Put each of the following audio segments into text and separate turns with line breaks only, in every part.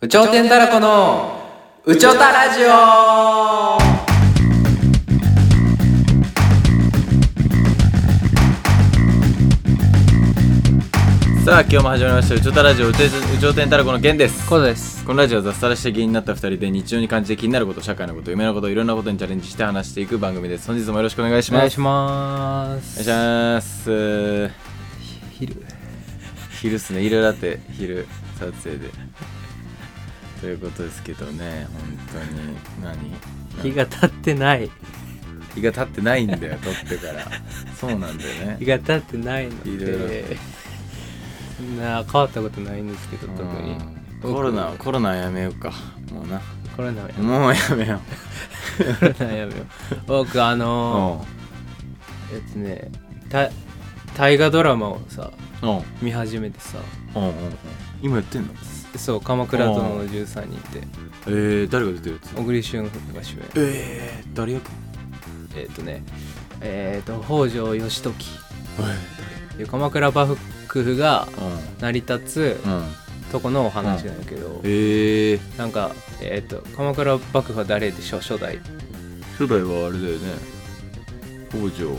宇頂天たらこの宇宙たラジオ
さあ今日も始まりました「うちょたラジオうちょうちょてんたらこのげんです
コードです。
このラジオは雑さらして芸人になった2人で日常に感じて気になること社会のこと夢のこといろんなことにチャレンジして話していく番組です本日もよろしくお願いし
お
ます
願いします。
お願いします
昼。
昼っすね昼だって昼撮影でということですけどね本当に何
日が経ってない。
日が経ってないんだよ撮っ てからそうなんだよ
日が
ね
経ってないの
いろいろ
で、そんな変わったことないんですけど、特に
うん。コロナコロナはやめようかもうな
僕。コロナはや めよ
もうやめよ
う。コロナはやめよう。僕、あ
う
の
う
ー、えっとね、た大河ドラマをさ、
んうん
見始めてさ、
うんうんうん今やってんの
そう、鎌倉殿の13人って、
えー、誰が出てるやつ
小栗旬が主演。
えー、誰役
えっとね、えっと、北条義時。
え
で鎌倉幕府が
うん
成り立
うんうん
つとこのお話なんだけど、
えー、
なんか、えっと鎌倉幕府は誰でしょう初代
初代はあれだよね北条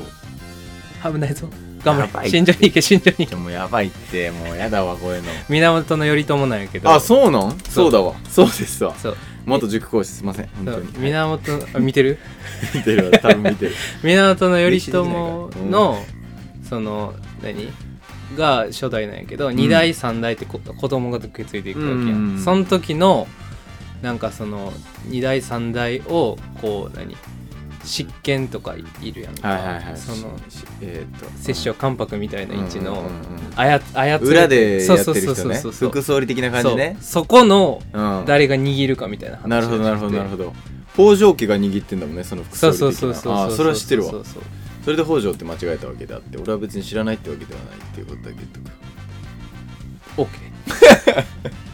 危ないぞ頑
や
張
ば
れ
い
慎重に行け慎重に
じゃもうやばいってもうやだわこういうの
源頼朝なんやけど
あそうなんそうだわそうですわ
そう
元塾講師すいません本
そ
当
う
に
源あ見てる
見てるわ多分見てる
源頼朝
見てないから
のその何が初代なんやけど、二代三代ってこ子供が受け継いでいくわけやん、
うんうんうん
その時のなんかその二代三代をこう何執権とかいるやんか、
はいはいはい
その
しえー、っと
摂政関白みたいな位置の、
うんうんうんうん
あや操る
裏でやって
そう
る
そ
人
う
ね
そうそう
副総理的な感じね
そうそこの
うん
誰が握るかみたいな話
なるほどなるほどなるほ
ど
ど北条家が握ってんだもんねその副総
そう
理的
そう
な
そうそう
あーそれは知ってるわ
そうそうそう
それで北条って間違えたわけであって俺は別に知らないってわけではないっていうことだけとか
OK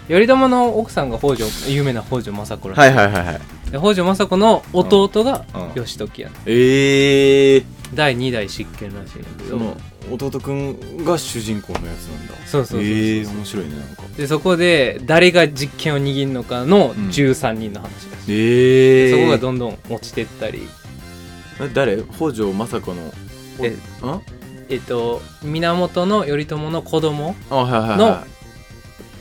頼朝の奥さんが北条有名な北条政子らしい
はいはいはい
で北条政子の弟が
うん
義時やね、
ええー、
第2代執権らしいんだけ
そ
ど
の弟くんが主人公のやつなんだ
そうそうそうそう
ええー、面白いねなんか
でそこで誰が実権を握るのかの
うん
13人の話だし、
ええ
そこが
こ
どんどん落ちてったり
が誰北条政子のほ
え
ん
えっと源の頼朝の子供
あはいはいはい
の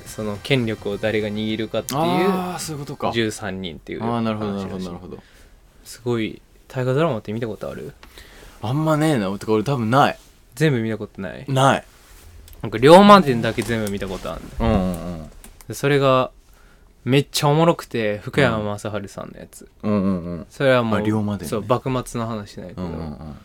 その権力を誰が握るかっていう
ああそういうことか
13人っていう
ああなるほどなるほ
話
ど
らしい
なるほど
すごい大河ドラマって見たことある
あんまねえなてか俺多分ない
全部見たことない
ない
なんか龍馬伝だけ全部見たことあるんだよ
うんうんうん
でそれがめっちゃおもろくて福山雅治さんのやつ、
うんうんうん
それはも
あ
う
龍馬伝ね
そう幕末の話なんやけ
う
ど、
んう
も
ん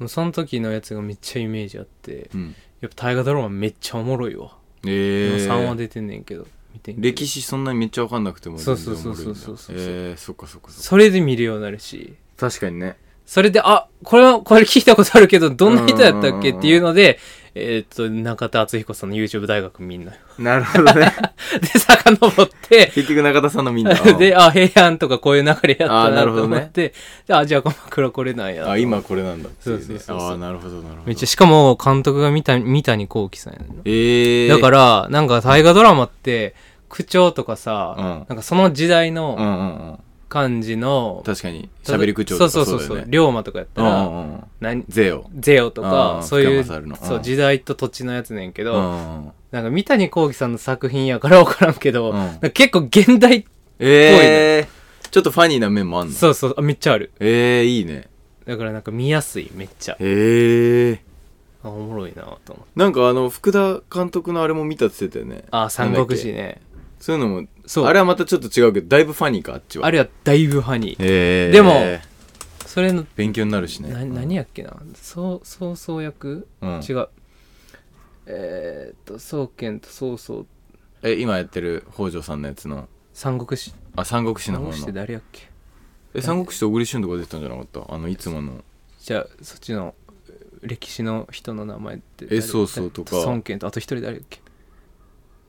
うその時のやつがめっちゃイメージあって
うん
やっぱ大河ドラマめっちゃおもろいわ、
ええ
今3話出てんねんけど見てんけど
歴史そんなにめっちゃ分かんなくても
そう
全
そう
然
そう
おもろいんだ
そうそうそう
えー、そっかそっかそっか
それで見るようになるし
確かにね
それで、あ、これは、これ聞いたことあるけど、どんな人やったっけっていうので、えーっと、中田敦彦さんの YouTube 大学みんな。
なるほどね
で、遡って、
結局中田さんのみんな
で、あ、平安とかこういう流れやった
あー
な
なるほ
と
どね
思って、であ、じゃあ鎌倉これなんや。
あ今これなんだっていね
そうそうそうそう
ああなるほどなるほど
めっちゃ、しかも監督が三谷三谷幸喜さんやねんな
ええー、
だから、なんか大河ドラマって、口調とかさ、
うん
なんかその時代の
うんうんうん
感じの、
確かに喋り口
そ
調と
う
か
そう
そ
そううそ
だよ
う、
ね
龍馬とかやったら、
うんうんうん
何
ゼオ
ゼオとか、
うん
そういう、
深政の
そう
うん
時代と土地のやつねんけど、
うんうん
なんか三谷幸喜さんの作品やから分からんけど、
うん
なんか結構現代、
ええー、ちょっとファニーな面もあんの
そうそう、あめっちゃある。
ええー、いいね
だからなんか見やすい、めっちゃ。
ええ
あ
ー、
おもろいなと思って。
なんかあの福田監督のあれも見たって言ってたよね
あ、三国志
なんだっ
ね。
けそういうのも
そう
あれはまたちょっと違うけどだいぶファニーかあっちは
あれはだいぶハニー。
ええー、
でもそれの、
勉強になるしね
な何やっけな、そう、そうそう役、
うん
違う。えー、っと、宗剣とそうそう、
え今やってる北条さんのやつの
三国志。
あ三国志
三
の方
国志って
の
誰やっけ
え三国志と小栗旬とか出てたんじゃなかったあのいつもの
じゃあ、そっちのえー歴史の人の名前って誰。
えそうそうとか
孫権と、あと一人誰やっけ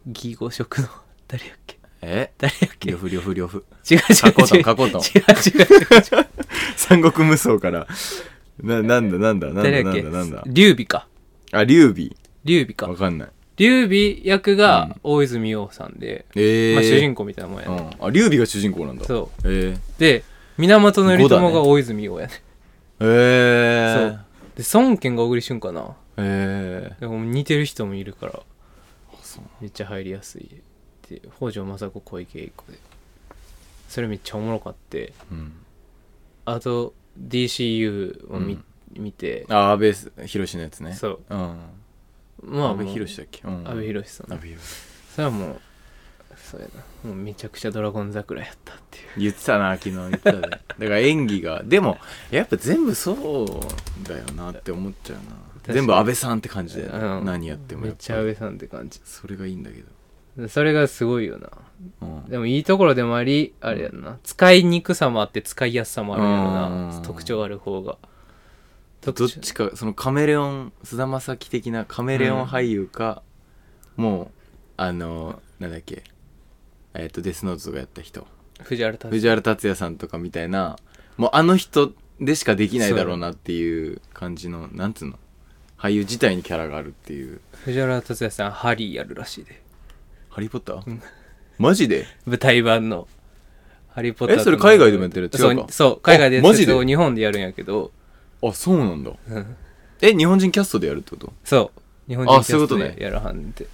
義語職の 誰やっけ
え
誰やっけ
呂布呂布呂布
違う違う違う違う違う違う違う違う
過去と過去と 三国無双からななんだなんだなんだ
誰だ
な
っけ
んだなんだ
劉備か
あ劉備
劉備
わ
か
かんない
劉備役が大泉洋さんで、
ええ
まあ、主人公みたいなもんやね、
うん、あ劉備が主人公なんだ
そ
え
うで源頼朝
五だね
が大泉洋やね
ええ
そうで孫権が小栗旬かな
え
でも似てる人もいるから
えそう
めっちゃ入りやすいで北条政子小池栄子でそれめっちゃおもろかって
うん、
あと DCU を見,、見て
あ安倍博のやつね
そう
うん
まあ
安倍
もう
博士だっけ、うん、
阿部寛さん
安倍博士
それはもうそうやなもうめちゃくちゃ「ドラゴン桜」やったっていう
言ってたな昨日言ってたでだから演技がでもやっぱ全部そうだよなって思っちゃう
確か
な
に
全部安倍さんって感じで、
うん
何やっても
め
や
っ
っ
ちゃ
ぱ
安
り
倍さんって感じ
それがいいんだけど、
それがすごいよな
うん
でもいいところでもありあれやんな使いにくさもあって使いやすさもあるやろ
う
なん特徴ある方が
ど
特
っ
徴
ちかそのカメレオン菅田将暉的なカメレオン俳優か、もうあのなんだっけえっ、とデスノートとかやった人
藤原竜
藤原竜也さんとかみたいなもうあの人でしかできないだろうなっていう感じのなんつうの俳優自体にキャラがあるっていう
藤原竜也さんハリーやるらしいで
「ハリー・ポッター」
ん
マジで
舞台版の「ハリー・ポッターとの」
えそれ海外でもやってる
そ
違う
う
か
そう海外でや
あマ
っ
ジ
て
で
る日本でやるんやけど
あそうなんだ
うん
え日本人キャストでやるってこと
そう日本人
あ
キ
そうい
ャ
う
ス
こと
ト
ね
でやらはんで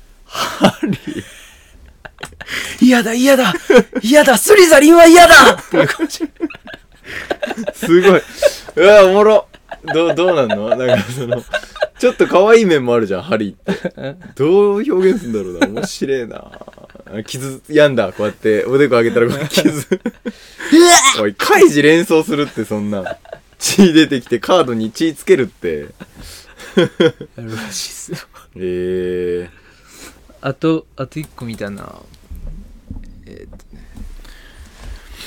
嫌だ嫌だ 嫌だスリザリンは嫌だっていう感じ すごいうわおもろどうどうなんのなんかそのちょっと可愛い面もあるじゃんハリーって どう表現するんだろうな面白えな傷病んだこうやっておでこ上げたらこう 傷おいカイジ連想するってそんな血出てきてカードに血つけるって
やるらしいっすよ
ええ
あと、あと一個見たな。えーっとね。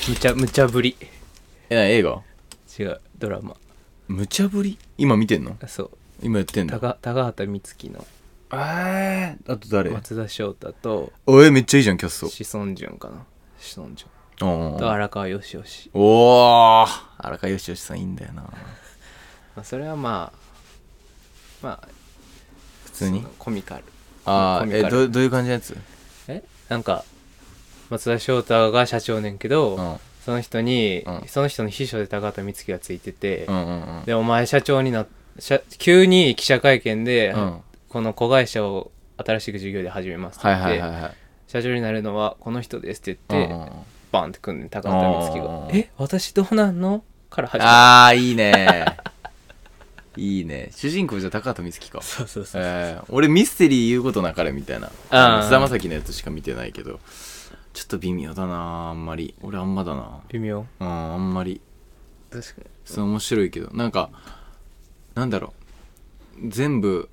むちゃ、むちゃぶり。
えな映画
違う、ドラマ。
無茶ぶり今見てんの
そう。
今やってんの
高高畑充希の
えー、あと誰
松田翔太と
おえめっちゃいいじゃんキャス
志尊淳かな。志尊淳。
トうんうん
と荒川よしよし。
おお荒川よしよしさんいいんだよな
まあ、それはまあ、まあ、
普通に
そのコミカル。
あ
コ
あ
ミ
え
カル
どどういう感じのやつ
えなんか、松田翔太が社長ねんけど、
うん
その人に、
うん
その人の秘書で高畑充希がついてて、
うんうんうん
で、お前社長になっ、社急に記者会見で、
うん
この子会社を新しく事業で始めますって
はい
言って、
はいはいはい
社長になるのはこの人ですって
うん
言って、
うんうん
バンって組んで高畑充希
うんうん
が「
うん
え私どうなんの?」から始まる
ああいいね いいね主人公じゃ高畑充希か
そうそうそう、
えー、俺ミステリー言うことなかれみたいな
あー
菅田将暉のやつしか見てないけどちょっと微妙だなあんまり俺あんまだな
微妙
うんあんまり
確かに
そう面白いけどなんかなんだろう全部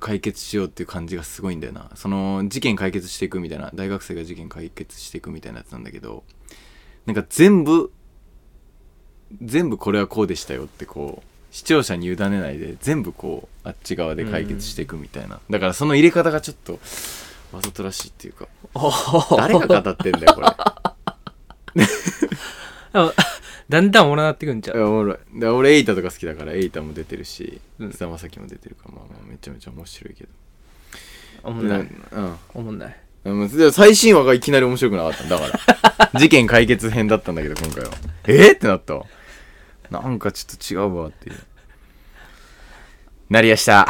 解決しようっていう感じがすごいんだよなその事件解決していくみたいな大学生が事件解決していくみたいなやつなんだけどなんか全部全部これはこうでしたよってこう視聴者に委ねないで全部こうあっち側で解決していくみたいな、だからその入れ方がちょっとわざとらしいっていうか誰が語ってんだよこれ
でもだんだんおもろなってくんちゃ
いうやおもろいで俺エイタとか好きだからエイタも出てるし
うん
菅田将暉も出てるから、まあ、まあめちゃめちゃ面白いけど
おもん
な
な
う
い
ん
おもんない
でもでも最新話がいきなり面白くなかったんだから 事件解決編だったんだけど今回はえー、ってなったわなんかちょっと違うわっていうなりやした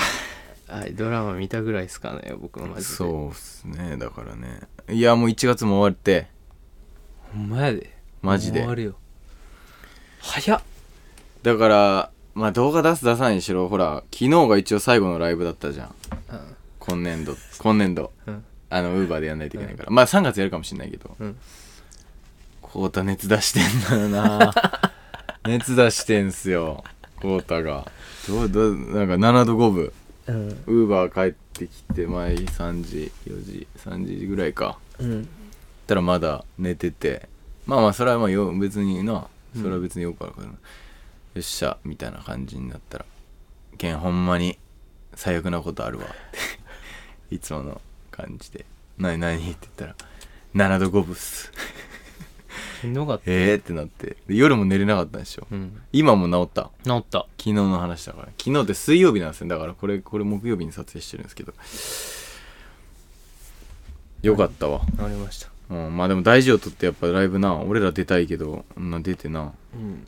はいドラマ見たぐらいっすかね僕のマジで
そうっすねだからねいやもう1月も終わって
ほんまやで
マジで
もう終わるよ早っ
だからまあ動画出す出さないにしろほら昨日が一応最後のライブだったじゃん
うん
今年度今年度
うん
あのウーバーでやんないといけないから、まあ3月やるかもしれないけど
うん
浩太熱出してんだよ な熱出してんすよ浩太がどうどうなんか7度5分
うん
ウーバー帰ってきて前3時4時3時ぐらいか
うん
ったらまだ寝ててまあまあそれはまあよ別になそれは別によくあるから、よっしゃみたいな感じになったら「けんほんまに最悪なことあるわ」 っていつもの感じで「何何?」って言ったら「7度5分っす
しんどかっ」た
えーってなってで夜も寝れなかったんでしょ
うん
今もう治った
治った
昨日の話だから昨日って水曜日なんですよだからこれこれ木曜日に撮影してるんですけどよかったわ、
ありました。
うん、まあでも大事を取ってやっぱライブな俺ら出たいけど、まあ、出てな
うん。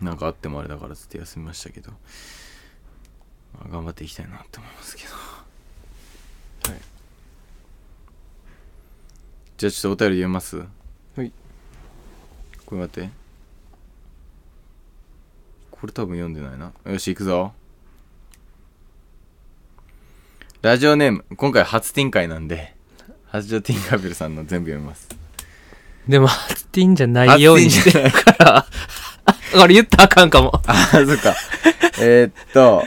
なんかあってもあれだからつって休みましたけど、まあ、頑張っていきたいなって思いますけどはいじゃあちょっとお便り読みます
はい
これ待ってこれ多分読んでないなよし行くぞラジオネーム今回初展開なんで初ジョティンカーベルさんの全部読みます
でも、初ティンじゃないようにして
る
るから、これ言ったらあかんかも。
あー、そっか。えーっと、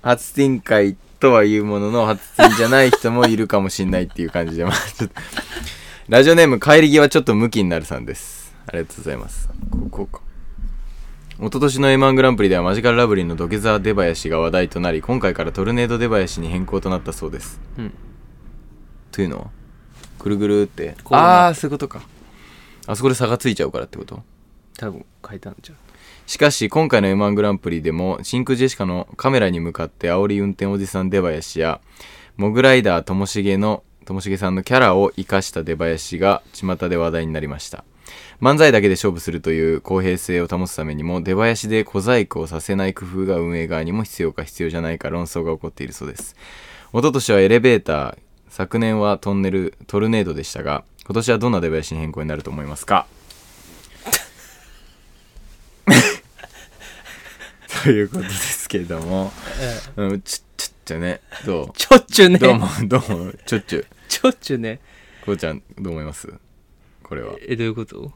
初展開とは言うものの、初展じゃない人もいるかもしんないっていう感じで、まあ、ちょっと。ラジオネーム、帰り際ちょっとムキになるさんです。ありがとうございます。ここか。一昨年の M1 グランプリではマジカルラブリーの土下座出囃子が話題となり、今回からトルネード出囃子に変更となったそうです。
うん。
というのはぐるぐるって。
こうな
ああー、そういうことか。あそこで差がついちゃうからってこと
多分書いたんじゃん。
しかし今回の M1 グランプリでも真空ジェシカのカメラに向かって煽り運転おじさん出囃子やモグライダーともしげのともしげさんのキャラを生かした出囃子が巷で話題になりました漫才だけで勝負するという公平性を保つためにも出囃子で小細工をさせない工夫が運営側にも必要か必要じゃないか論争が起こっているそうです一昨年はエレベーター昨年はトンネルトルネードでしたが今年はどんな出囃子に変更になると思いますか ということですけれどもうん、ちょ、ちょっちょね。ど
ちょっちゅう
う
ね。
どうも、どうも、ちょっちゅ。
ちょっちゅうね。
こうちゃん、どう思いますこれは。
え、どういうこと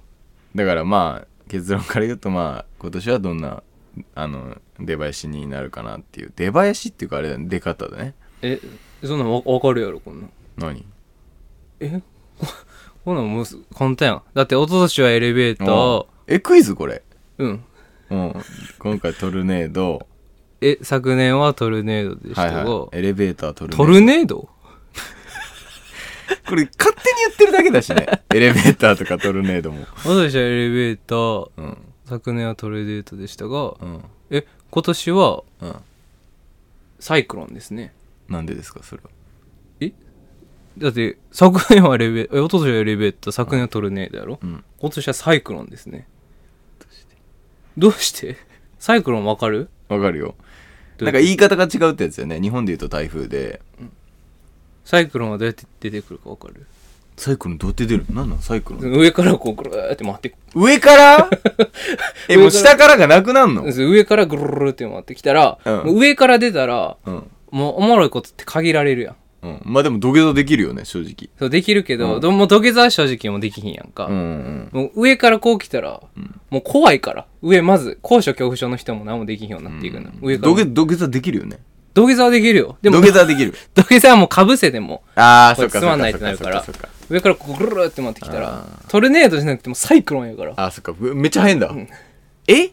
だからまあ、結論から言うとまあ、今年はどんな、あの、出囃子になるかなっていう。出囃子っていうかあれだね、出方だね。
え、そんなんわわかるやろ、こんなん。
何
え ここんなんもうす簡単やん。だって、一昨年はエレベーター
お、え、クイズこれ。
うん。
うん。今回トルネ ード、
え、昨年はトルネードでした
は
が、
いはい、エレベータートルネード。
トルネード
これ勝手に言ってるだけだしね。 エレベーターとかトルネードも。
一昨年はエレベーター、
うん。
昨年はトルネードでしたが、
うん。
え、今年は
うん。
サイクロンですね。
なんでですか、それは。
だって、昨年はエレベーター、え一昨年はエレベーター、昨年はトルネードやろ、
うん。
今年はサイクロンですね。どうしてどうしてサイクロンわかる
わかるよ。
どう
ない
うん
か言い方が違うってやつよね。日本で言うと台風で。
サイクロンはどうやって出てくるかわかる
サイクロンどうやって出るなんなんサイクロン。
上からこうぐるーって回ってく
上から え、も
上
う
から
下からがなくなんの
上からぐるるるって回ってきたら、
うん
もう上から出たら、
うん。
もうおもろいことって限られるやん。
うん。まあでも土下座できるよね、正直。
そう、できるけど、
うん
どうも土下座は正直もうできひんやんか。
うんうん。
もう上からこう来たら、
ん
もう怖いから。上、まず、高所恐怖症の人も何もできひんようになっていくの。上から
土下土下座できるよね。
土下座はできるよ。で
土
も、
下座できる。
土下座はもうかぶせても、
ああ、
こ
そ
れ
っか
つ
そっ
ま
か
んないっ
そって
なる
かそっ
か
からそっか。、
上からこうぐるーって回ってきたら
あ、
トルネードじゃなくてもサイクロンやから。
あー、そっか。めっちゃ変だ
ん。
え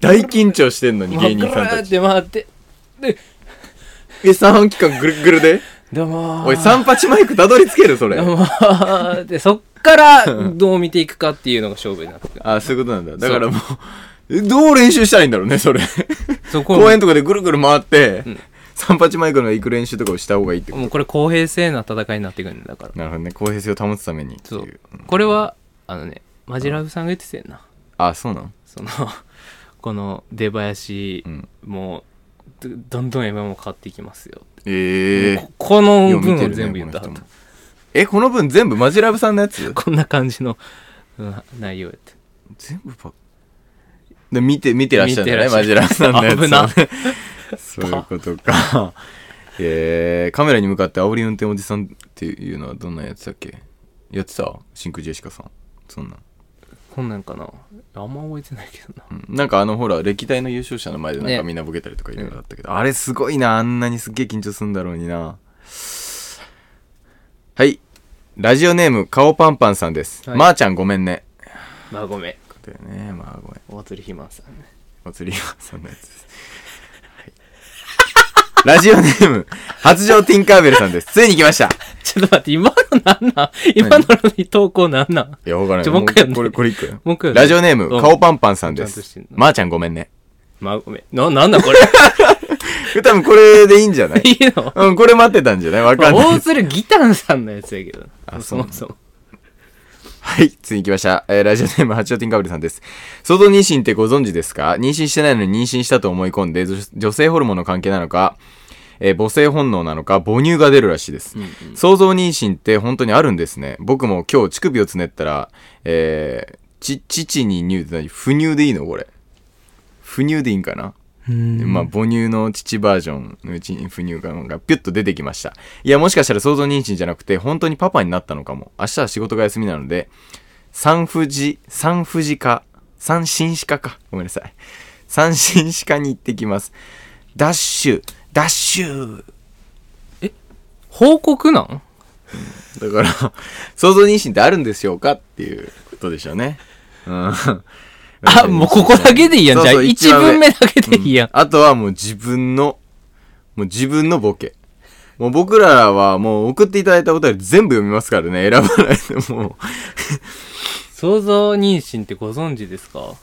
大緊張してんのに
もう
芸人さん
ぐる
た
ーっ
ち。
て回って、で、
え、3期間ぐるっぐるで
どうもー。
おい、三八マイクたどり着けるそれ。
どうもー。で、そっから、どう見ていくかっていうのが勝負になってくる。
ああ、そういうことなんだ。だからもう、えどう練習したらいいんだろうね、それ。
そう、これ
公園とかでぐるぐる回って、三八マイクの行く練習とかをした方がいいってこと
もうこれ公平性な戦いになってくるんだから。
なるほどね。公平性を保つためにって
そ
いうう。うん。
これは、あのね、マジラブさんが言ってたよな。
あ、そうなの
その、 この出囃子
うん。
も、どどんどん今も変わっていきますよ。
ええ
ここの
よう見
分
て
を
るね
全部言った
こ
後
の人もえ、この分全部マジラブさんのやつ
こんな感じの、うん内容やって。
全部ばっで見て、見てらっしゃるんだね、
見てら
マ
っし
ジ
ゃる
ラブさんのやつを。
危な
そういうことか。えー、カメラに向かって煽り運転おじさんっていうのはどんなやつだっけやってた真空ジェシカさん。そんなん。
こんなんかな。あんま覚えてないけどな。
うんなんかあのほら歴代の優勝者の前でなんか
ね
みんなボケたりとかいろいろあったけど、あれすごいなあんなにすっげえ緊張するんだろうになはいラジオネーム顔パンパンさんです、
はい
まーちゃんごめんね
まあごめん。
だよねまあごめん
大鶴ひまさんね。
お釣りはそんなやつです、はい、ラジオネーム発情ティンカーベルさんですついに来ました
ちょっと待って、今のなんなん今の投稿なんなん
いやわからない
ちょもう一回
これ
読んで
これいくよ
もう一回読んで
ラジオネーム
うん
顔パンパンさんで
ちゃんとして
す
んの
まーちゃんごめんね
まあごめん。な、なんだこれ。
多分これでいいんじゃない
いいの
うん、これ待ってたんじゃないわかんない
大
です。
鶴ギタンさんのやつやけど
あ
そ
そうな
も
んだ
そも
はい、次行きました。えーラジオネーム、八丁ティンカブリさんです。相当妊娠ってご存知ですか妊娠してないのに妊娠したと思い込んで、女女性ホルモンの関係なのか、えー母性本能なのか、母乳が出るらしいです。想像妊娠って本当にあるんですね。僕も今日乳首をつねったら、えーち、父に乳って何不乳でいいのこれ。不乳でいいんかなまあ、母乳の父バージョンのうちに、不乳がなんかピュッと出てきました。いや、もしかしたら想像妊娠じゃなくて、本当にパパになったのかも。明日は仕事が休みなので、産婦人、産婦人科、産神歯科か。ごめんなさい。産神歯科に行ってきます。ダッシュ、ダッシュ
報告なん
だから、想像妊娠ってあるんでしょうかっていうことでしょうね。うん。
あもうここだけでいいやん
そう
じゃあ
そう
一文目だけでいいやん
あとはもう自分の、もう自分のボケ。もう僕らはもう送っていただいたお便り全部読みますからね、選ばないでも
想像妊娠ってご存知ですか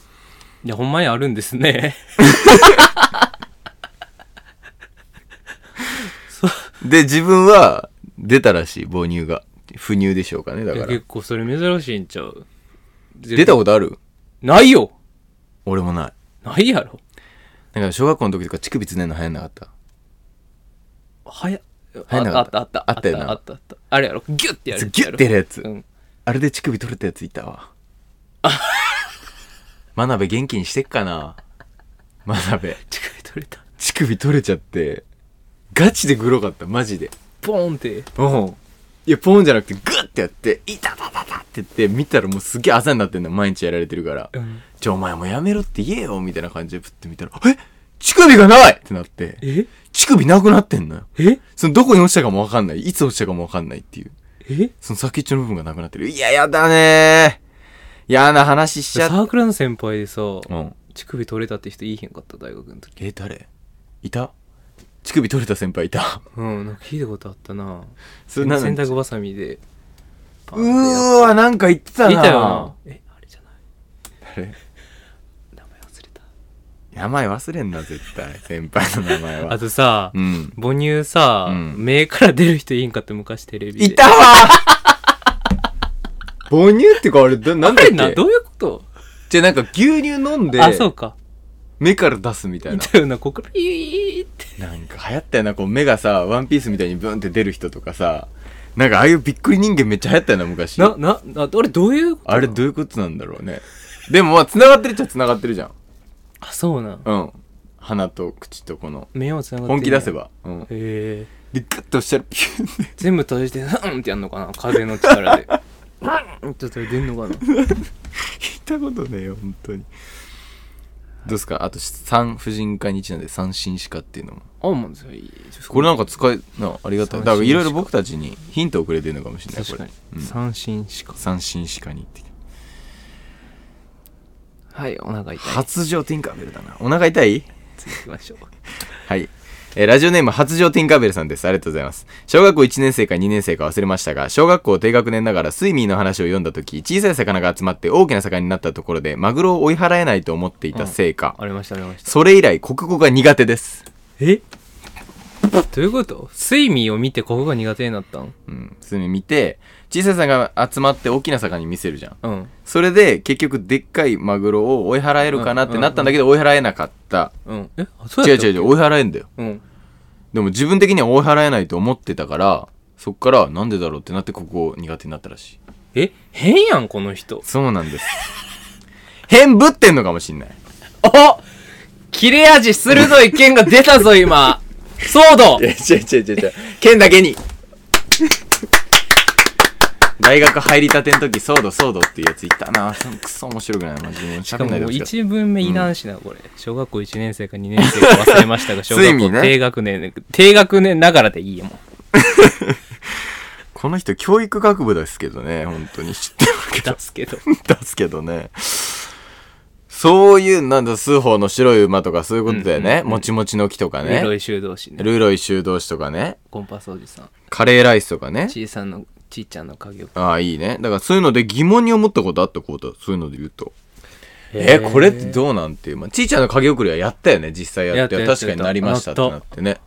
いやほんまにあるんですね
う。で、自分は出たらしい、母乳が。不乳でしょうかね、だ
いや
から
結。構それ珍しいんちゃう
出たことある
ないよ
俺もない。
ないやろ
だから小学校の時とか乳首つねるの流行んなかった。
はや
早な
あ
か
あっ
った
たあった
あったよな
あったあったあれやろギュッてやる
ギュッてやるやつ
うん
あれで乳首取れたやついた わ。真鍋元気にしてっかな真鍋。
乳首取れた
乳首取れちゃって、ガチでグロかった、マジで。
ポーンって
うん。いや、ポンじゃなくて、グッてやって、いたたたたって言って、見たらもうすげえあざになってんの、毎日やられてるから。
うん
じゃあお前もうやめろって言えよ、みたいな感じでプって見たら、え乳首がないってなって、
え
乳首なくなってんのよ。
え
そのどこに落ちたかもわかんない。いつ落ちたかもわかんないっていう。
え
その先っちょの部分がなくなってる。いや、やだねー。嫌な話しち
サ
ゃっ
ークルの先輩でさ
うん。
乳首取れたって人いいへんかった大学の時
え、誰いた乳首取れた先輩いた。
うんなんか聞いたことあったな
そ
洗
れなのに
濯バサミでパーンってやっ
うーわ、なんか言ってたな。
見たよなえあれじゃない
誰
名前忘れた
名前忘れんな、絶対。 先輩の名前は。
あとさ
うん。
母乳さ
うん
目から出る人いいんかって昔テレビで
いたわ 母乳ってかあれ、だなん
あ
だっ
れな
け
どういうこと
じゃあなんか牛乳飲んで、
あそうか
目から出すみたい
い
な。
たよなここからピーって
なんか流行ったよな、こう目がさ、ワンピースみたいにブンって出る人とかさ、なんかああいうびっくり人間めっちゃ流行ったよな、昔。
なななあれどういうこと
あれどういうことなんだろうね。でもまあ、繋がってるっちゃ繋がってるじゃん。
あそうなん
うん。鼻と口とこの、
目をつながってんねや
本気出せば。うん。
へえ
で、グッと押したらピュンって。
全部閉じてうんってやんのかな風の力 でうんってやったら出んのかな
聞いたことねえよ本当にどうですかあと産婦人科にちなんで産神歯科っていうのも
あもうそれいい
これなんか使いなありがたいだからいろ
産神歯
いろ
科
僕たちにヒントをくれてるのかもしれないこ
確か
れ
に、
うん
三振しか
産神歯科に行ってきた
はいお腹痛い
発情ティンカーベルだなお腹痛い
行きましょう
はい。えーラジオネーム、発情ティンカーベルさんです。ありがとうございます。小学校1年生か2年生か忘れましたが、小学校低学年ながらスイミーの話を読んだ時小さい魚が集まって大きな魚になったところで、マグロを追い払えないと思っていたせいか、
ありましたありました
それ以来国語が苦手です。
えどういうこと睡眠を見てここが苦手になったん
うん、普通に見て小さい魚が集まって大きな魚に見せるじゃん
うん
それで結局でっかいマグロを追い払えるかなってなったんだけど追い払えなかった、
うんえあそう
違
や
う
った
違う違う追い払えんだよ
うん
でも自分的には追い払えないと思ってたからそっからなんでだろうってなってここ苦手になったらしい
え変やんこの人
そうなんです 変ぶってんのかもしんない
お切れ味鋭い剣が出たぞ 今騒動
違う違う違う違う剣だけに 大学入りたての時ソードソードっていうやついたなそのクソ面白くないマジでもう
しか
喋ん
も
ないでほしかった
1文目いらんしな、これ。小学校1年生か2年生か忘れました が、小
つい
学
に
校
ね
低学年、低学年ながらでいいよ、もう。
この人教育学部ですけどね本当に知ってるけど
出すけど。
ですけどねそういうなんだ数法の白い馬とかそういうことだよね、もちもちの木とかね
ロイ修道士ね。
ルイロイ修道士とかね
コンパスおじさん。
カレーライスとかね
ちいさんの、ちいちゃんの影を。
ああいいねだからそういうので疑問に思ったことあったこうだそういうので言うとえこれって
う
どうなんていう、まあ、ちいちゃんの影送りはやったよね実際やって
やったやった
確かになりましたって
やった
なってね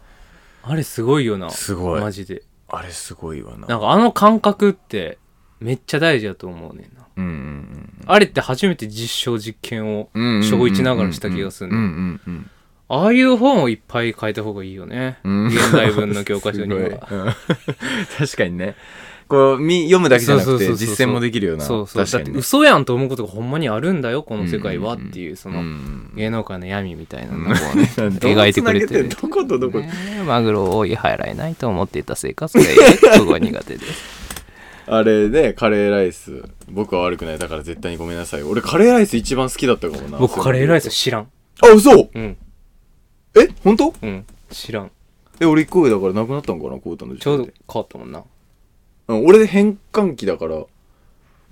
あれすごいよな。
すごい
マジで。
あれすごいわな
なんかあの感覚ってめっちゃ大事だと思うねんな。
うんうん
あれって初めて実証実験を
うんうんうんうん
小一ながらした気がするね
うんうんうん
ああいう本をいっぱい書いた方がいいよね。
うん
現代文の教科書に
すごい
は。
うん確かにねこうみ読むだけじゃな
そう
く
そう
て
そうそう
実践もできるような
そうそう。
確
だっ
か
て
にね
嘘やんと思うことがほんまにあるんだよ、この世界はっていう、そ
うん
の芸能界の闇みたいなのを
うん
ね。 描いてくれてる
どう繋げんのどことどこ
ねえマグロを追い払えないと思っていた生活が結構苦手です。
あれねカレーライス僕は悪くないだから絶対にごめんなさい俺カレーライス一番好きだったかも な
僕カレーライス知らん。
あ嘘
うん、
え本当
うん、知らん。
え俺一個上だからなくなったんかなこうたの時点で
ちょうど変わったもんな。
うん、俺変換期だから、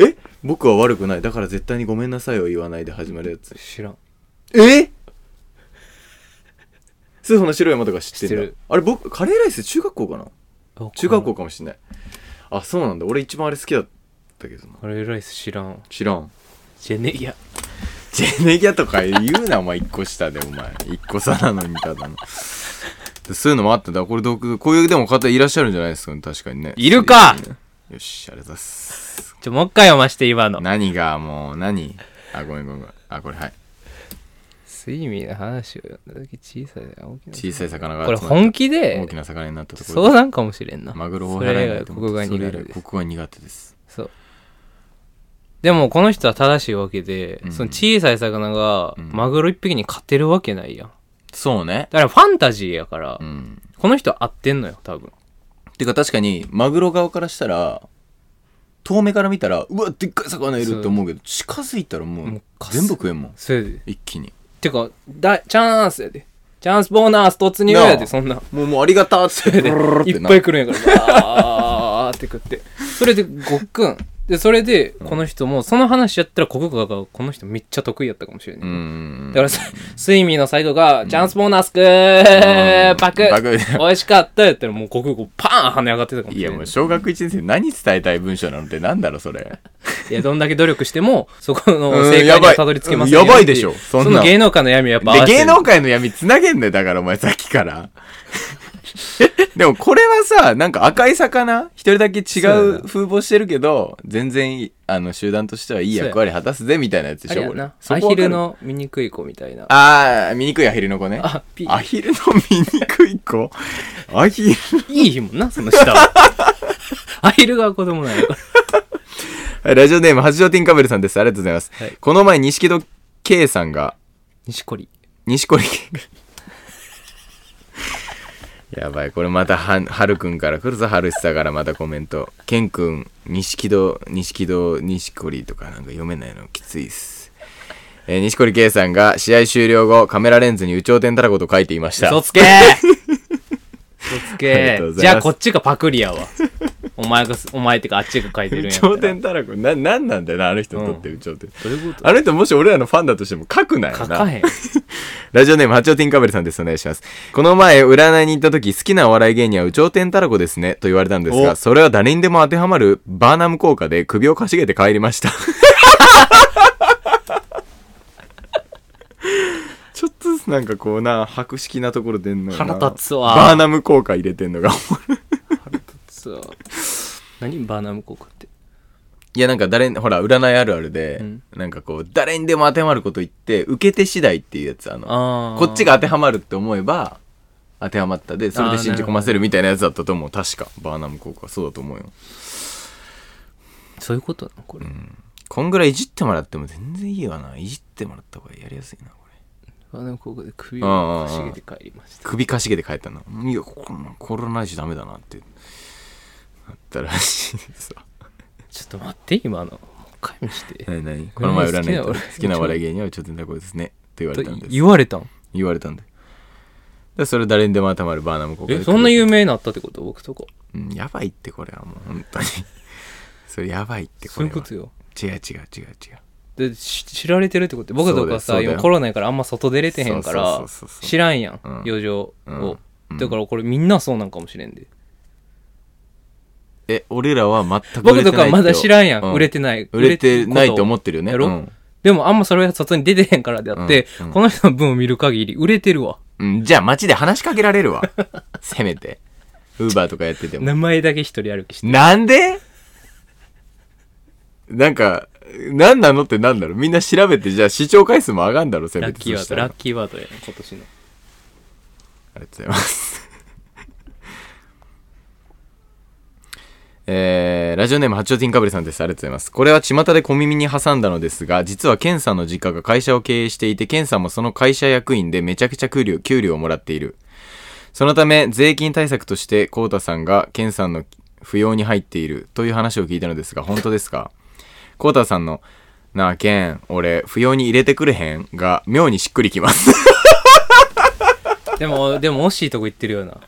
え僕は悪くない。だから絶対にごめんなさいを言わないで始まるやつ。
知らん。
えスーフの白い山とか知っ
知
て
って
るんだ
る。
あれ僕、カレーライス中学校かな中学校かもしんない。あ、そうなんだ。俺一番あれ好きだったけどな。
カレーライス知らん。
知らん。
ジェネいや、
ジェネギャとか言うな、お前一個下で、お前。一個差なのに、ただの。そういうのもあったんだ。これどう、こういうでも方いらっしゃるんじゃないですかね、確かにね。
いるか
よし、ありがとうございます。
ちょ、もう一回読まして、今の。
何がもう何あごめんごめんごめんあこれはい
睡眠の話を読んだ時小さい青きな。
小さい魚が
これ
集まった
本気
大
で
き、な魚になったところ
相談かもしれんな。
マグロを
そ
払
れ以
えない
外
と
こ
思っ
こ
て
が
それ
苦
以
手
来
で
こ
す。
こが苦手です
そう。でも、この人は正しいわけで、
うん
その小さい魚が、
うん
マグロ一匹に勝てるわけないやん。
そうね
だからファンタジーやから、
うん
この人は合ってんのよ、多分。
てか確かにマグロ側からしたら遠目から見たらうわでっかい魚いるって思うけど近づいたらも
もう
う
かす
全部食えんもん
それで。
一気に
てか、だ、チャンスやで。チャンスボーナス突入や
な
で、
あ
そんな。
もうもうありがたーって
で
ブルルル
い
て
っ
な
ぱい来るんやから、バーって食って。それでごっくん。で、それで、この人も、その話やったら、国語がこの人めっちゃ得意やったかもしれ
う
ない。
ん
だからさ、スイミーの最後が、チャンスボーナスくー
うん
パク
パク
美味しかったやったら、もう国語パーン跳ね上がってたかもし
い
れ
や
ない。
もう小学1年生何伝えたい文章なのってなんだろうそれ
いや、どんだけ努力して も、そこの
うん
正解
や
に
ば
はいたどり着けません
う
よ
んやばい
ってう
でしょそ
そ
んな
の芸能界の闇はやっぱ合
で
わせる
芸能界の闇つなげんだよだからお前さっきから でもこれはさなんか赤い魚一人だけ違
そうや
う
な
風貌してるけど全然いいあの集団としてはいい役割果たすぜみたいなやつで
あ
し
れ
ょ
や
これ
な。
そ
ア
こわ
ヒ
かる
ルの醜い子みたいな。
ああ醜いアヒルの子ね
あ、ピー
アヒルの醜い子アヒル
いい日もんな、その下は。 アヒルが子供なんやから。
はいラジオネーム八条ティンカブルさんですありがとうございます、
はい
この前錦戸圭さんが
西堀。
錦織圭 がやばいこれまたははるくんから来るぞはるしさからまたコメントけんくん錦戸錦戸錦織とかなんか読めないのきついっすえー、錦織圭さんが試合終了後カメラレンズに有頂天たらこと書いていました
嘘つけ嘘つ
ありが
け
とうございます
じゃあこっちがパクリやわ。お前が、お前ってかあっちが書いてるん
有
やったら。
頂天たらこななんなんだよなあの人にとって有頂天、
どういうこと
あの人もし俺らのファンだとしても書くなよな
書かへん。
ラジオネーム、八丁ティンカベルさんです。お願いします。この前、占いに行った時、好きなお笑い芸人は、有頂天たらこですね、と言われたんです
お
が、それは誰にでも当てはまる、バーナム効果で首をかしげて帰りました。ちょっとずつなんかこうな、博識なところ出んのよな
腹立つわ
バーナム効果入れてんのが。
そう。 何バーナム効果って。
いや、なんか誰に、ほら、占いあるあるで、
うん
なんかこう、誰にでも当てはまること言って、受け手次第っていうやつ、あの、
あー
こっちが当てはまるって思えば当てはまったでそれで信じ込ませるみたいなやつだったと思う確かバーナム効果はそうだと思うよ
そういうことなのこれ。
こんぐらいいじってもらっても全然いいわないじってもらった方がやりやすいなこれ
バーナム効果で首をかしげて帰りました。
首かしげて帰ったのいやこんなコロナないしダメだなってなったらしいで すわ
ちょっと待って、今の。もう一回見して。
何何この前占いに行った
好きなお笑い
時好きなお笑い芸人はちょっとだこですねって言われたんです
言われたん
言われたんででそれ誰にでも当てはまるバーナム効果で
え、そんな有名になったってこと僕とか。
うんやばいってこれはもう本当にそれやばいってこ
そう
れ
いう
は
ことよ。
違う違う違う違う
でし知られてるってこと僕とか
そ
さ
うだよそうだよ
今コロナやからあんま外出れてへんか
そ
ら
うそうそうそう
知らんやん
うん
余剰を、
うんうん
だからこれみんなそうなんかもしれんで
え俺らは全く売れ
僕
てない
とかまだ知らんやん、
う
売れてない
売れてないと思
っ
ってるよね
やろ
うん
でもあんまそれは外に出てへんからであって、
うんうん
この人の分を見る限り売れてるわ。
うん、じゃあ街で話しかけられるわ。 せめて。ウーバーとかやってても。
名前だけ一人歩きして。
なんでなんか、なんなのってなんだろうみんな調べて、じゃあ視聴回数も上がんだろせ
ラ
め
ッ
て。
キーワ
そし
ード、
たら
ラッキーワードやね、今年の。
ありがとうございます。 えー、ラジオネーム八丁ティンカブリさんです。ありがとうございます。これは巷で小耳に挟んだのですが、実はケンさんの実家が会社を経営していて、ケンさんもその会社役員でめちゃくちゃ給料給料をもらっている。そのため、税金対策として、コウタさんがケンさんの扶養に入っているという話を聞いたのですが、本当ですかコウタさんの、なあ、ケン、俺、扶養に入れてくれへんが、妙にしっくりきます。
でも、でも惜しいとこ行ってるような。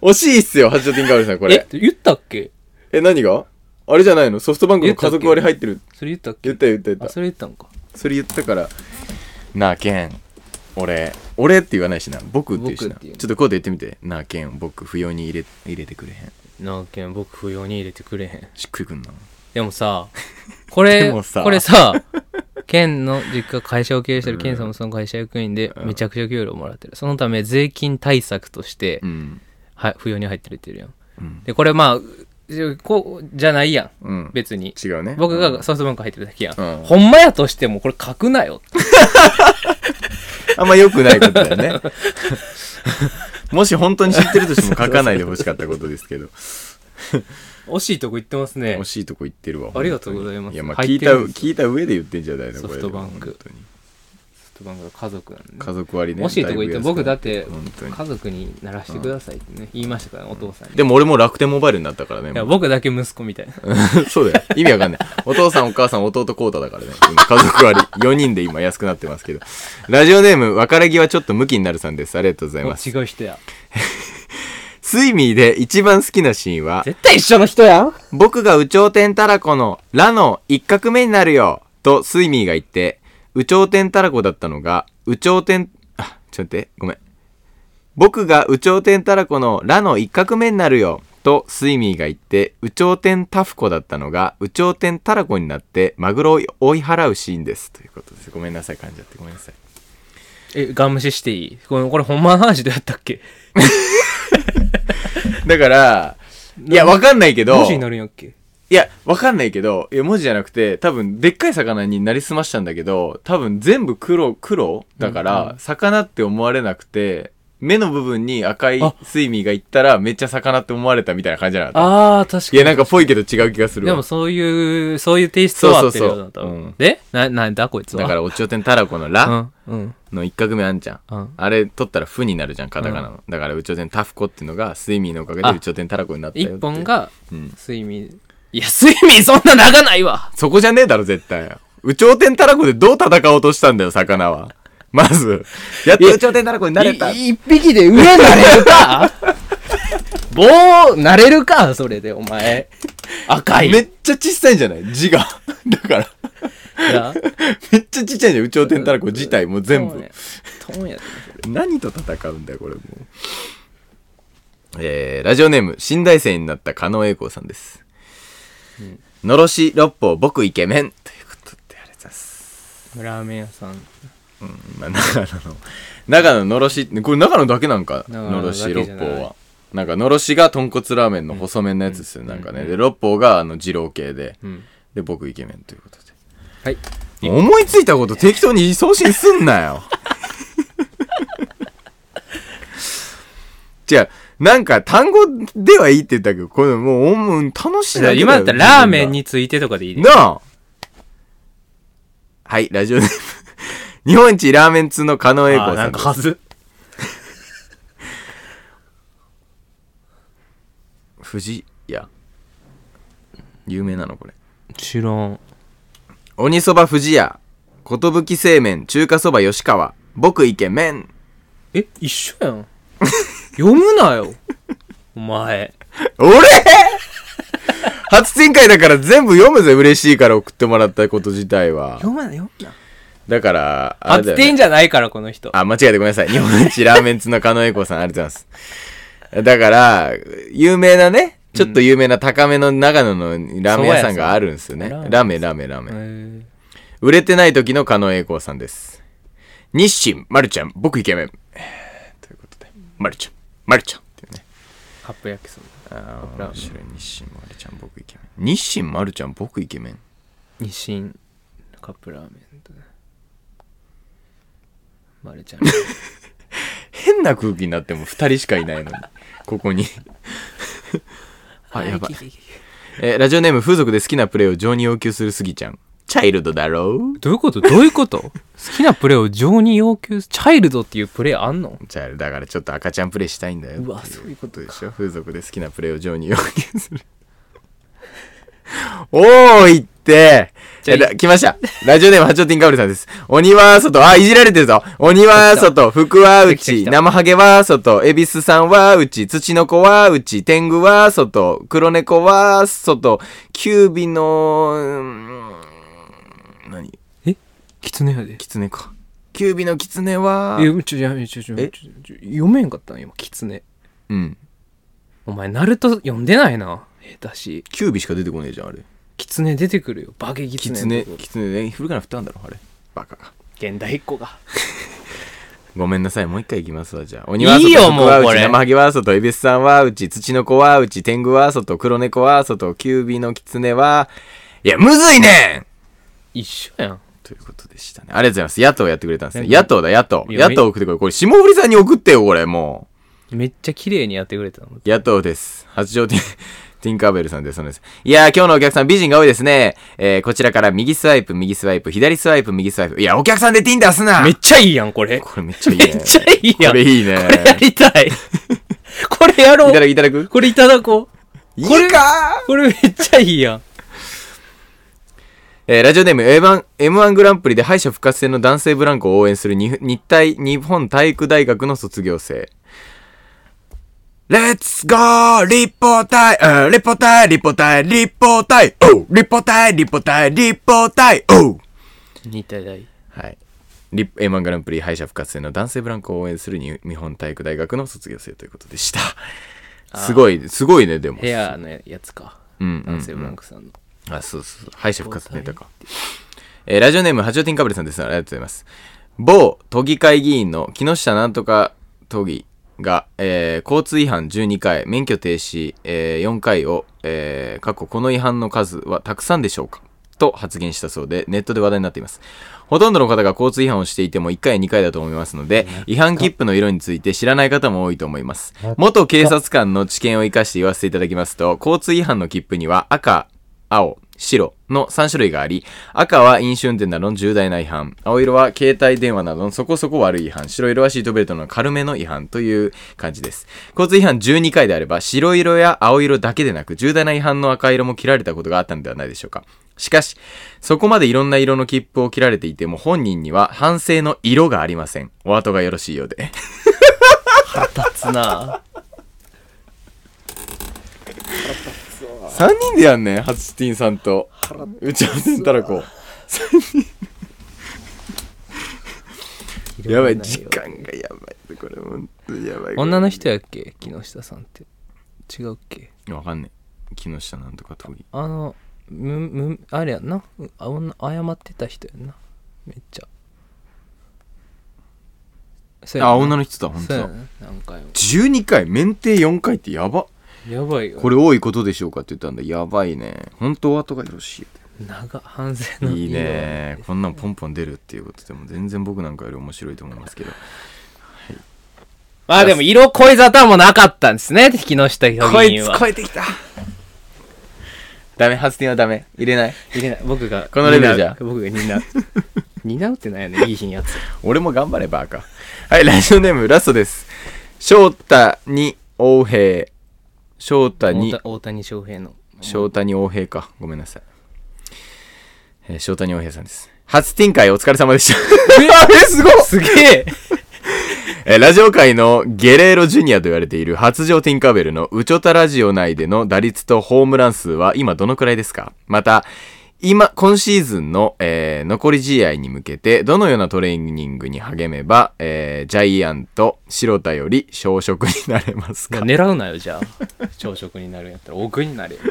惜しいっすよ、八丁ティンカブリさん、これ
え。、言ったっけ
え、何があれじゃないのソフトバンクの家族割入ってる。
それ言ったっけ
言った言った言
あ、
った。
それ言ったんか。
それ言ったから。なあ、ケン。俺。俺って言わないしな。僕って言うしな。
僕って
ちょ
言う
っとこうで言ってみて。なあ、ケン。僕、不要に入れ入れてくれへん。
なあけん、僕不要に入れてくれへん。
しっくりくんな。
でもさ、これ、
でもさ
これさ、県の実家、会社を経営してる県さんもその会社役員で、めちゃくちゃ給料もらってる。そのため、税金対策として、
うん。
はい、扶養に入ってるってるやん。
うん。
で、これまあ、こう、じゃないやん。
うん。
別に。
違うね。
僕
うん
がソフトバンク入ってるだけやん。
うん
ほんまやとしても、これ書く なよ。
あんま良くないことだよ ね。もし本当に知ってるとしても書かないでほしかったことですけど。
惜しいとこ言ってますね
惜。しいとこ行ってるわ。
ありがとうございます
や、まあ
入っ
聞い
て
た、
るんです
聞いた上で言ってんじゃないのこ
ソ
れ。
フトバンク
本当に。
ソフトバンクの家族なんでね。
家族割ね。
惜しいとこ言って、僕だ
だい
っ
ぶ
て
本当、に
家族にならしてくださいってね、言いましたからね、お父さんに。
でも俺も楽天モバイルになったからね。
いや、
もう
僕だけ息子みたいな。
そうだよ。意味わかんない。お父さん、お母さん、弟、コータだからね。今家族割り。4人で今安くなってますけど。ラジオネーム、別れ際ちょっとムキになるさんです。ありがとうございます。
違う人や。
スイミーで一番好きなシーンは、
絶対一緒の人やん
僕が宇宙天たらこのラの一画目になるよとスイミーが言って、宇宙天たらこだったのが、宇宙天、あ、ちょっと待って、ごめん。僕が宇宙天たらこのラの一画目になるよとスイミーが言って、宇宙天タフコだったのが、宇宙天たらこになって、マグロを追い払うシーンです。ということです。ごめんなさい、噛んじゃってごめんなさい。
え、ガン無視していいこれ、これほんまの話でやったっけ
だから、いや、わかんないけど、
無視になるんやっけ
いや、わかんないけど、いや、文字じゃなくて、多分、でっかい魚になりすましたんだけど、多分全部黒、黒だから、魚って思われなくて、目の部分に赤い
あ
スイミーがいったら、めっちゃ魚って思われたみたいな感じじゃなかっ
あー、確
たいや、
か
なんかぽいけど違う気がす
に。
る
で
わ。
もそういう、そういうテイストは合ってるよな、
そ
多
うそうそうう
分
ん。
でな、なんだこいつは。
だから、おちょてんたらこの
う
ラ
ん、うん、
の一画目あんじゃん。
うん。
あれ取ったら負になるじゃん、カタカナの。だから、うちょてんタフコっていうのが、スイミーのおかげで
あ
うちょてんたらこになったよって。
一本。が、
うん。
睡眠。いや、睡眠そんな長ないわ
そこじゃねえだろ、絶対。宇宙天たらこでどう戦おうとしたんだよ、魚は。まず。やっと宇宙天たらこになれた。
い一匹で上になれる か棒、なれるかそれで、お前。赤い。
めっちゃ小さいんじゃない字が。 だから、
な
めっちゃちっちゃいんじゃん、宇宙天たらこ自体もう全
トーン
部
や。。トーンやで
何と戦うんだよ、これもう。えー、ラジオネーム、新大生になった狩野英孝さんです。のろし六方、僕イケメン。ということで、ありがとうございます。
ラーメン屋さん。
まあ、長野の長野のろしこれ長野だけなんか
長
の
野
ろ
だ
し
け
六
じゃない
方はなんかのろしが豚骨ラーメンの細麺のやつですよ、なんかね、で六方があの二郎系で、
うん。
で僕イケメンということ
はい。
で思いついたこと適当に送信すんな よ違うなんか単語ではいいって言ったけどこれもうおもう楽しいだけだよ
今だったらラーメン
自分が
についてとかでいいで。
なあはいラジオネーム日本一ラーメン通の狩野英孝さんです
ず。
藤屋有名なのこれ
知らん。
鬼そば藤屋寿製麺中華そば吉川僕イケメン
え、一緒やん。読むなよ。お前。
俺初展開だから全部読むぜ嬉しいから送ってもらったこと自体は
むな、読むな。
だからあれ
発
だよ、ね
展、じゃないから、この人。
あ間違えてごめんなさい日本一ラーメン通の狩野英孝さんありがとうございますだから有名なねちょっと有名な高めの長野のラーメン屋さんがあるんですよね、
そうやそうや
ラーメンラーメンラーメン、
へー
う売れてない時の狩野英孝さんです。日清、まるちゃん、僕イケメン。えーということで、まるちゃん、まるちゃんっていうね。
カップ焼きそば
あ
ー
面白い。日清、まるちゃん、僕イケメン。日清、まるちゃん、僕イケメン。
日清カップラーメンとねマルちゃん
変な空気になっても2人しかいないのに、ここに。あ、やばい。 えーラジオネーム、風俗で好きなプレーを情に要求するすぎちゃん。チャイルドだろう
どういうことどういうこと好きなプレーを情に要求すチャイルドっていうプレーあんの
チャイルドだからちょっと赤ちゃんプレイしたいんだよ
うわ
って
そういうこと
でしょ風俗で好きなプレイを情に要 求するおーいって
じゃあ
えら来ましたラジオネーム八丁ティンカブルさんです鬼は外あいじられてるぞ鬼は外福は
来た来
内
た
生ハゲは外恵比寿さんは内土の子は内天狗は外黒猫は外キュービのうーん何
キツネやで
キツネかキュービのキツネは
えちょやめちょちょ
え
ちょちょ読めんかったの今キツネ
うん
お前ナルト読んでないな下手し
キュービしか出てこねえじゃんあれ
キツネ出てくるよバケキ
キ
ツ
ツ
ネ
ネ、キツネね、古から振ったんだろ、あれ。バカが。
現代っ子が
ごめんなさい、もう一回いきますわ、じゃあ。
いいよもうこれ
生ハゲは外、エビスさんはうち、土の子はうち、天狗は外、黒猫は外、キュービのキツネは、いや、むずいねん
一緒やん
ということでしたね。ありがとうございます。野党やってくれたんですね。
なんか
野党だ、野党。
いや
野党送ってこい。これ、霜降りさんに送ってよ、これ、も
めっちゃ綺麗にやってくれたの
う。野党です。八条ティン、 ティンカーベルさんです。そうです。いやー、今日のお客さん、美人が多いですね。えー、こちらから右スワイプ、右スワイプ、左スワイプ、右スワイプ。いや、お客さんでティン出すな
めっちゃいいやんこれ
これめっちゃいい
め
ね。
っちゃいいやん
これいいね。
これやりたいこれやろ
いただ
う
く、いただく。
これいただこう
い
これ
いか
これめっちゃいいやん
えーラジオネーム M1, M1 グランプリで敗者復活戦の男性ブランコを応援するに日体日本体育大学の卒業生。レッツゴー立方体あー立方体立方体立方体おう立方体立方体立方体おう
似たい
はい。リ M1 グランプリ敗者復活戦の男性ブランコを応援するに日本体育大学の卒業生ということでした。すごい、すごいね、でも。
ヘアのやつか
うんうんうん
男性ブランクさんの
あ、そうそうそう。敗者復活ネタか。えーラジオネーム、ハチオティンカブレさんです。ありがとうございます。某都議会議員の木下なんとか都議が、えー交通違反12回、免許停止、え4回を、えー過去この違反の数はたくさんでしょうかと発言したそうで、ネットで話題になっています。ほとんどの方が交通違反をしていても1回や2回だと思いますので、違反切符の色について知らない方も多いと思います。元警察官の知見を生かして言わせていただきますと、交通違反の切符には赤、青、白の3種類があり、赤は飲酒運転などの重大な違反、青色は携帯電話などのそこそこ悪い違反、白色はシートベルトの軽めの違反という感じです。交通違反12回であれば、白色や青色だけでなく、重大な違反の赤色も切られたことがあったのではないでしょうか。しかし、そこまでいろんな色の切符を切られていても、本人には反省の色がありません。お後がよろしいようで。
立つな
3人でやんねん、ハチティンさんと。うちはせんたらこ。やばい、時間がやばい。これ、本当にやばい。
女の人やっけ木下さんって違うっけ
わかんねえ。木下なんとか遠い。
あのむむあれやんなうあ女謝ってた人やんなめっちゃそうやんな
あ、女の人だ、本
そうや
当だ。
な何回も
12回、免停4回ってやば。
やばいよ
これ多いことでしょうかって言ったんだ。やばいね。本当は後がよろしいよ
長反省の
いいねこんなんポンポン出るっていうことでも全然僕なんかより面白いと思いますけど
まあでも色恋沙汰もなかったんですね木下ひとみは
えてきたダメ発電はダメ入れない
入れない僕が
このレベルじゃ
担う僕が 担う担うってなんやねいい品やつ
俺も頑張れバカはいラジオネームラストです翔太に王平翔太
大
に
谷大谷翔平の
翔太に王平かごめんなさい、えー翔太に王平さんです初展開お疲れ様でした えすごい
すげえ
えーラジオ界のゲレーロジュニアと言われている発情ティンカーベルのウチョタラジオ内での打率とホームラン数は今どのくらいですかまた、今、今シーズンの、えー残り試合に向けて、どのようなトレーニングに励めば、えージャイアント、白田より小食になれますか
狙うなよじゃあ朝食になるんやったら奥になれよ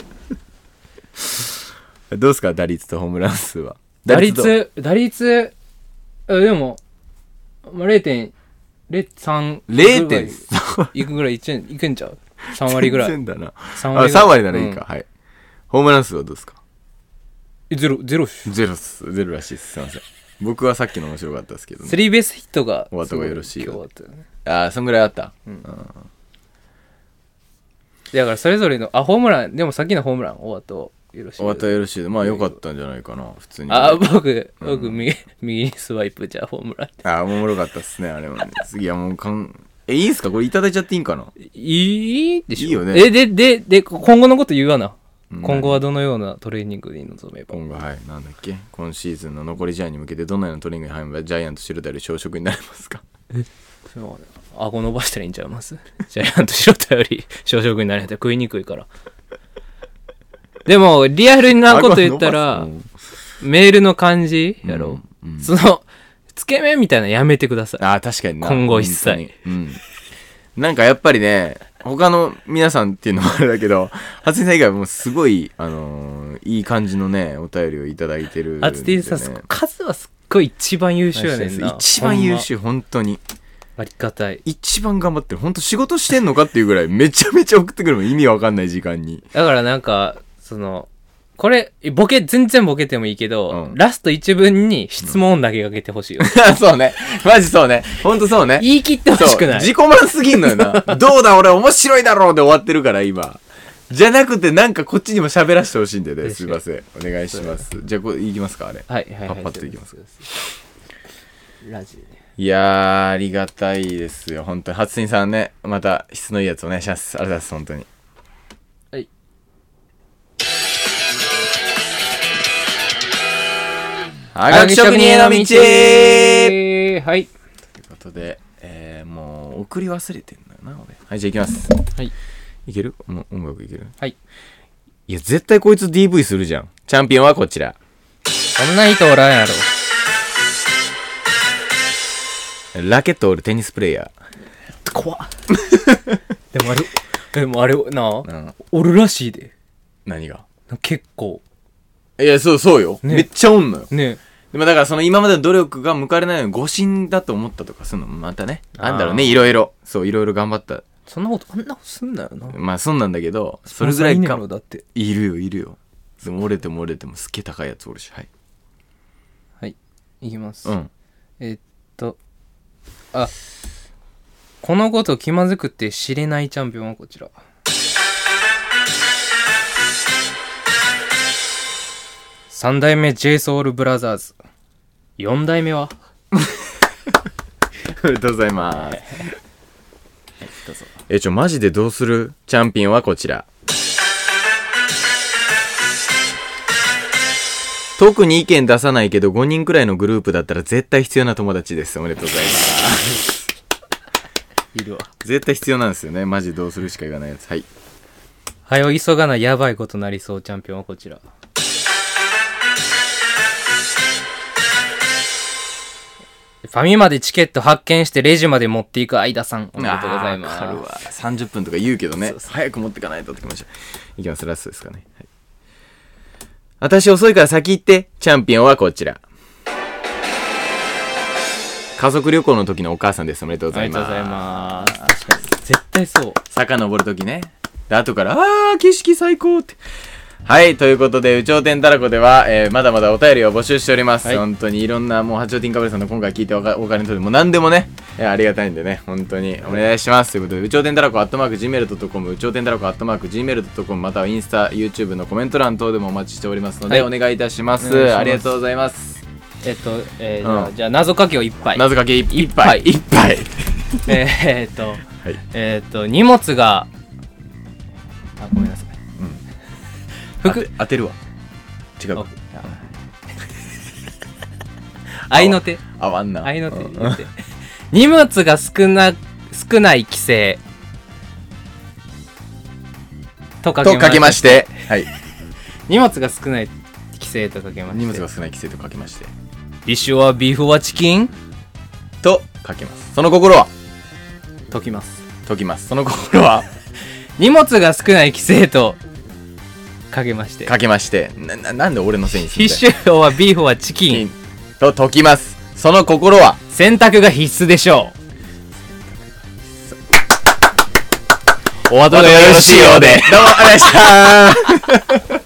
どうですか打率とホームラン数は。
打率、打率、あでも、まあ、0.03
0.3
いくぐらいいくんいくんちゃう ?3 割ぐらい。
全然だな
3
あ3割ならいいか、。はいホームラン数はどうですか
うんゼロ、ゼロっしょ
ゼロっすゼロらしいですすいません僕はさっきの面白かったですけど、
ス
ね、
リーベースヒットが。
終わった方がよろしい
す
よ
ご今日終わったよね
ああそんぐらいあった、
だからそれぞれの、あ、ホームラン、でもさっきのホームラン、終わったよろしい
終わったらよろしいでまあよかったんじゃないかな普通に
あ、僕、僕、右、右にスワイプじゃあホームラン。
ああ、おもろかったっすね、あれもね。次はもうかん、え、いいんすかこれいただいちゃっていいんかない
いでしょ
いいよね
え、で、で、で、今後のこと言うわな。
うん
今後はどのようなトレーニングに臨めば。
今後、はい、なんだっけ今シーズンの残り試合に向けてどのようなトレーニングに入ればジャイアントシルダーより小食になりますか
そうね顎伸ばしたらいいんちゃいます ジャイアント白田より小食になれて食いにくいから。でも、リアルなこと言ったら
顎、伸ばす
メールの感じやろ、
うんうん
その、つけ麺みたいなのやめてください。
ああ、確かにな。
今後一切
本当に。うん。なんかやっぱりね、他の皆さんっていうのもあれだけど、 初音さん以外はもうすごい、あのーいい感じのね、お便りをいただいてるんで、ね。
あつてぃさん、すごい数はすっごい一番優秀やねんな。
一番優
ほん
秀、本当に。
ま。ありがたい。
一番頑張ってる。本当仕事してんのかっていうぐらい、めちゃめちゃ送ってくるもん。意味わかんない時 間に。
だからなんか、その、これ、ボケ、全然ボケてもいいけど、
うん
ラスト一文に質問投げかけてほしいよ。
そうね。マジそうね。ほんとそうね。
言い切ってほ
そう
しくない。
自己満すぎんの よな。どうだ俺面白いだろうで終わってるから、今。じゃなくて、なんかこっちにも喋らせてほしいんでね。
嬉しい
すいません。お願いします。じゃあ、こいきますか、あれ。
はいはいはい。
パッパッといきます。
ラジ
いやー、ありがたいですよ。本当に。初音さんね、また質のいいやつお願いします。ありがとうございます、本当に。
はい。
はがき職人への道
はい。
ということで、えー、もう送り忘れてんのよな俺はいじゃあ行きます
はい
いけるもう音楽いける
はい。
いや絶対こいつ DV するじゃんチャンピオンはこちら
そんな人おらんやろ。
ラケットオールテニスプレイヤ
怖っでもあれ、でもあれ、な
ー、
あ、
うん、
おるらしいで。
何が
結構。
いやそうそうよ、
ね
めっちゃおんのよ
ね
でもだからその今までの努力が報われないように誤信だと思ったとかするのもまたね
あー
なんだろうねいろいろそういろいろ頑張った
そんなこと、あんなことすんなよな。
まあそんなんだけどそれぐらい
ん
か
ろだって。
いるよいるよでも折れても折れてもすっげえ高いやつおるしはい
はい。いきます。
うん
えーっと、あ、このこと気まずくて知れないチャンピオンはこちら。三代目 JSOULBROTHERS。四代目は
ありがとうございます。え、ちょ、マジでどうするチャンピオンはこちら。特に意見出さないけど、5人くらいのグループだったら絶対必要な友達です。おめでとうございます。
いるわ。
絶対必要なんですよね。マジどうするしか言わないやつ。はい。
はよ急がなやばいことなりそうチャンピオンはこちら。ファミマでチケット発見してレジまで持っていく相田さん。おめでとうございます。
あーわかるわ30分とか言うけどね
そう
早く持ってかないとってきましたいきますラストですかね、はい、私遅いから先行ってチャンピオンはこちら家族旅行の時のお母さんですおめでとうご
あ
ざい
りがとう
ま
ご
す
ざいます。絶対そう。
坂登る時ねで後からあー景色最高ってはい。ということで、有頂天たらこでは、えーまだまだお便りを募集しております。
はい
本当にいろんな、もう八丁天かぶりさんの今回聞いておかお金取る、もう何でもね、えーありがたいんでね、本当にお願いします。ということで、有頂天たらこ、アットマーク、gmail.com、有頂天たらこ、アットマーク、gmail.com、またはインスタ、YouTube のコメント欄等でもお待ちしておりますので、
は
お願いいたします
お願いします
ありがとうございます。
えっと、えーじゃあ
うん
じゃあ謎かけをいっぱい。
謎かけいいっぱい。いっぱい。
えー えーっと、
い
えーっと、荷物が、あ、ごめんなさい。
当
服
て、当てるわ。違 う
あ。愛の手。
合わんな。
愛の手
うん
言って。 荷物が少な、少ない規制。とか
とかけま
し
して、はい、
荷物が少ない規制とかけまして。
荷物が少ない規制とかけまして、
ビシュはビーフはチキン
とかけます。その心は
ときます。
解きます。その心は
荷物が少ない規制とかけまして
かけましてなななんで俺のせいにす
フ
る
ィ
ん
ッ
だよ
シュオはビーフはチキン
と解きますその心は
選択が必須でしょうお後がよろしいようで
どうもありがとうございました